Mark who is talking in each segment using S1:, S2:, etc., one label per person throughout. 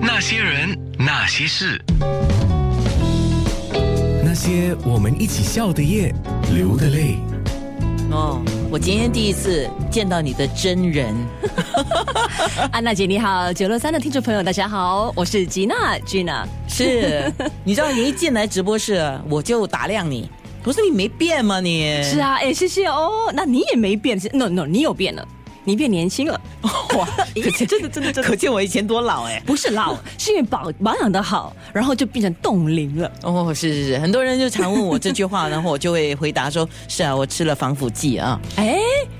S1: 那些人，那些事，
S2: 那些我们一起笑的夜，流的泪。
S3: 哦，我今天第一次见到你的真 人，
S4: 安娜姐你好，九六三的听众朋友大家好，我是吉娜吉娜。
S3: 是，你知道你一进来直播室，我就打量你，不是你没变吗你？
S4: 是啊，哎，谢谢哦。那你也没变是，no no，你有变了，你变年轻了，
S3: 哇，
S4: 咦真的真的真
S3: 可
S4: 的，
S3: 见我以前多老哎、
S4: 不是 老，是因为保保养的好，然后就变成冻龄了。
S3: 哦，是是是，很多人就常问我这句话，然后我就会回答说：是啊，我吃了防腐剂 啊，
S4: 哎，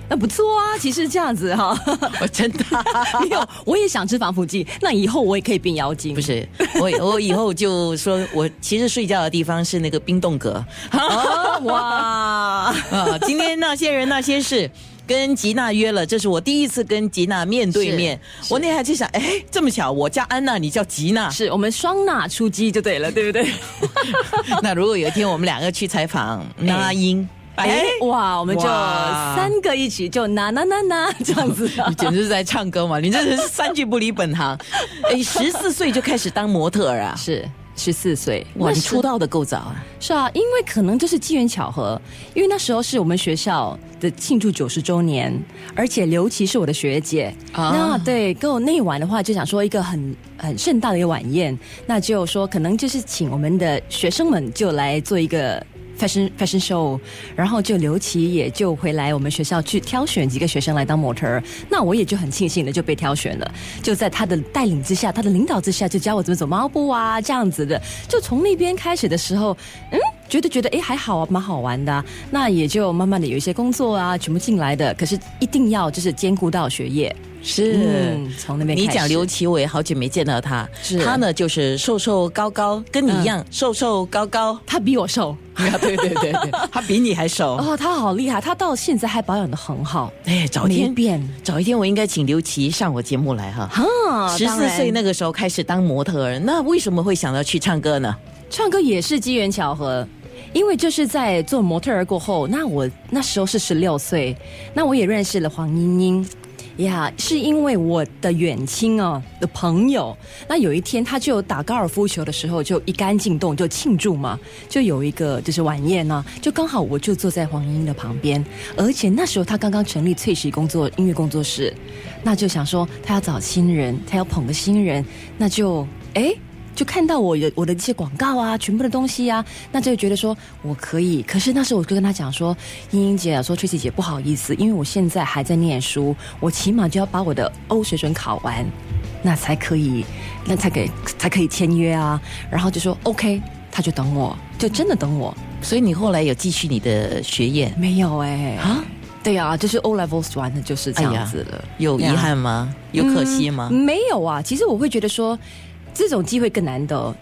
S4: 那不错啊，其实这样子哈、
S3: 我哦真的
S4: 没有，我也想吃防腐剂，那以后我也可以变妖精。
S3: 不是我，我以后就说我其实睡觉的地方是那个冰冻阁。
S4: 哦 哇，
S3: 啊，今天那些人那些事。跟吉娜约了，这是我第一次跟吉娜面对面。
S4: 是
S3: 我那天还在想，哎，这么巧，我叫安娜，你叫吉 娜。
S4: 是我们双纳出击就对了，对不对？
S3: 那如果有一天我们两个去采访那英，
S4: 哎
S3: 哎，
S4: 哇，我们就
S3: 哇
S4: 三个一起就呐呐呐呐这样子、啊
S3: 你简直是在唱歌嘛！你真的是三句不离本 行。哎，十四岁就开始当模特儿啊！
S4: 是十四岁，
S3: 哇，
S4: 那
S3: 你
S4: 时
S3: 出道的够早啊！
S4: 是啊，因为可能就是机缘巧合，因为那时候是我们学校的庆祝九十周年，而且刘琦是我的学姐，
S3: 啊
S4: 那对跟我那晚的话就想说一个很很盛大的一个晚宴，那就说可能就是请我们的学生们就来做一个。fashion fashion show，然后就刘琦也就回来我们学校去挑选几个学生来当模特儿，那我也就很庆幸的就被挑选了，就在他的带领之下，他的领导之下，就教我怎么走猫步啊这样子的，就从那边开始的时候，嗯，觉得觉得哎还好啊，蛮好玩的啊、那也就慢慢的有一些工作啊全部进来的，可是一定要就是兼顾到学业，
S3: 是
S4: 嗯从那边
S3: 你
S4: 开始
S3: 讲刘奇伟，好久没见到他
S4: 是，嗯
S3: 他呢就是瘦瘦高高，跟你一样、瘦瘦高高。
S4: 他比我瘦。
S3: 啊，对对对对， 他比你还瘦。
S4: 哦，他好厉害，他到现在还保养的很好，
S3: 哎，早一天
S4: 没变
S3: 早一天我应该请刘琦上我节目来哈。
S4: 啊
S3: 十四岁
S4: 呢，
S3: 那个时候开始当模特儿，那为什么会想到去唱歌呢？
S4: 唱歌也是机缘巧合。因为就是在做模特儿过后，那我那时候是十六岁，那我也认识了黄莺莺，呀、是因为我的远亲哦的朋友，那有一天他就打高尔夫球的时候就一杆进洞就庆祝嘛，就有一个就是晚宴呢、就刚好我就坐在黄莺莺的旁边，而且那时候他刚刚成立翠喜工作音乐工作室，那就想说他要找新人，他要捧个新人，那就哎。就看到我有我的一些广告啊，全部的东西啊，那就觉得说我可以。可是那时候我就跟他讲说，英英姐啊，说崔琪姐不好意思，因为我现在还在念书，我起码就要把我的欧水准考完，那才可以，那才给才可以签约啊。然后就说 OK，他就等我，就真的等我。
S3: 所以你后来有继续你的学业
S4: 没有哎、
S3: 啊？
S4: 对啊，就是 O levels 完了就是这样子了。
S3: 哎有遗憾吗？有可惜吗？
S4: 没有啊，其实我会觉得说，这种机会更难得。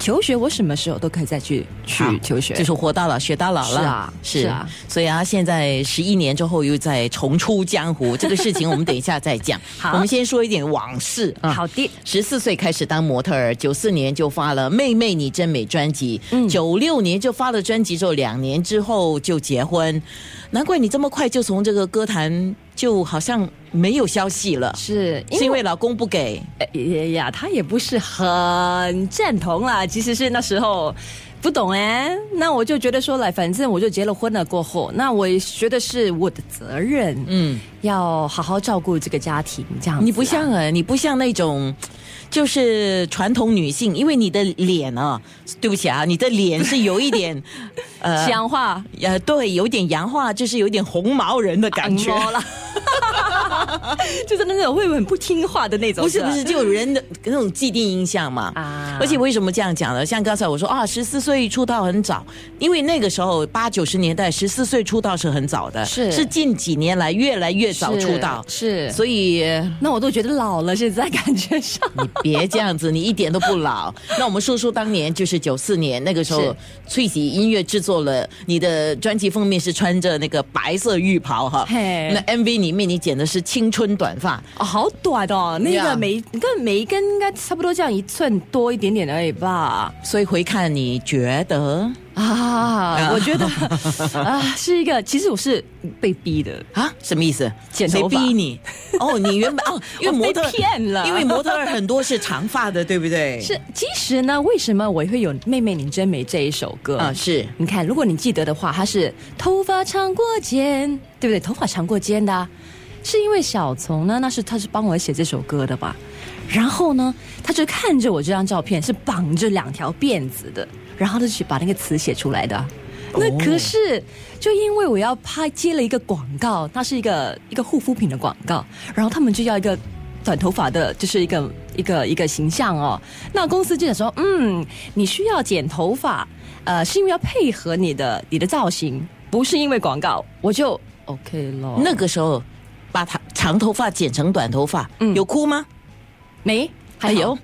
S4: 求学我什么时候都可以再去去
S3: 好
S4: 求学，
S3: 就是活到老学到老了，
S4: 是啊是啊
S3: 所以啊，现在十一年之后又在重出江湖，这个事情我们等一下再讲。
S4: 好
S3: 我们先说一点往事啊。
S4: 好的。
S3: 十四岁开始当模特儿，九四年就发了《妹妹你真美》专辑，九六、年就发了专辑之后，两年之后就结婚，难怪你这么快就从这个歌坛就好像没有消息了，
S4: 是
S3: 是因为老公不给，
S4: 哎呀，他也不是很赞同啦。其实是那时候不懂哎、那我就觉得说来，反正我就结了婚了。过后，那我也觉得是我的责任，
S3: 嗯，
S4: 要好好照顾这个家庭。这样子啊、
S3: 你不像啊，你不像那种。就是传统女性，因为你的脸啊，对不起啊，你的脸是有一点， 呃，
S4: 讲话
S3: 呃，对，有点洋化，就是有点 红毛人的感觉。
S4: 了，嗯哦 就是那种会很不听话的那种。
S3: 不是
S4: 吧
S3: 不是，，就有人 的那种既定印象嘛。
S4: 啊
S3: 而且为什么这样讲呢？像刚才我说啊，十四岁出道很早，因为那个时候八九十年代，十四岁出道是很早的，
S4: 是
S3: 是近几年来越来越早
S4: 是
S3: 出道，
S4: 是
S3: 所以。
S4: 那我都觉得老了，现在感觉上。
S3: 你别这样子， 你一点都不老。那我们说说当年，就是九四年那个时候
S4: 是，
S3: 翠喜音乐制作了你的专辑封面是穿着那个白色浴袍哈，
S4: 嘿
S3: 那 MV 里面你剪的是青春短发，
S4: 哦，好短哦，那
S3: Yeah
S4: 个每跟每一根应该差不多这样一寸多一点点而已吧。
S3: 所以回看你觉得
S4: 啊， 我觉得啊是一个，其实我是被逼的，
S3: 啊什么意思？
S4: 剪
S3: 谁
S4: 头发
S3: 逼 你？哦，你原本哦，因为
S4: 我
S3: 模
S4: 被
S3: 特
S4: 骗了
S3: 因为模特儿很多是长发的，对不对？
S4: 是其实呢，为什么我会有《妹妹你真美》这一首歌
S3: 啊，是
S4: 你看，如果你记得的话，它是头发长过肩，对不对？头发长过肩的啊、是因为小丛呢，那是他是帮我写这首歌的吧？然后呢，他就看着我这张照片是绑着两条辫子的，然后他就去把那个词写出来的啊。那
S3: 哦
S4: 可是，就因为我要拍接了一个广告，它是一个一个护肤品的广告，然后他们就要一个短头发的，就是一个一个一个形象哦。那公司就想说，嗯，你需要剪头发，呃，是因为要配合你的你的造型，不是因为广告。我就 OK 了。
S3: 那个时候把他长头发剪成短头发，
S4: 嗯
S3: 有哭吗？
S4: 没还有。
S3: 哎呦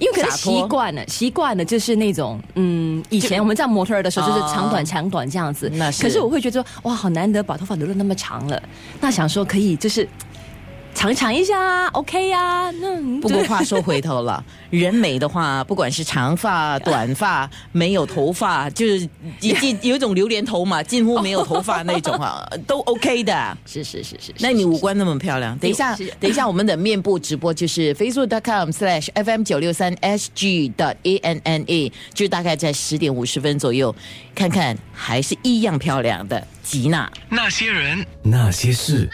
S4: 因为可能
S3: 洒脱
S4: 习惯了，习惯了就是那种，嗯，以前我们在模特儿的时候就是
S3: 哦
S4: 长短长短这样子。
S3: 那是
S4: 可是我会觉得说，哇，好难得把头发留了那么长了，那想说可以就是尝尝一下啊，OK 啊，那
S3: 不过
S4: 对
S3: 话说回头了，人美的话，不管是长发、短 发，没有头发，就是一近有一种榴莲头嘛，近乎没有头发那种啊，都 OK 的。
S4: 是是是是，
S3: 那你五官那么漂亮，等一下
S4: 是是，
S3: 等一下，我们的面部直播就是 facebook.com/slash fm 九六三 sg 的 a n n a，就大概在十点五十分左右，看看还是一样漂亮的吉娜。
S1: 那些人。
S2: 那些事。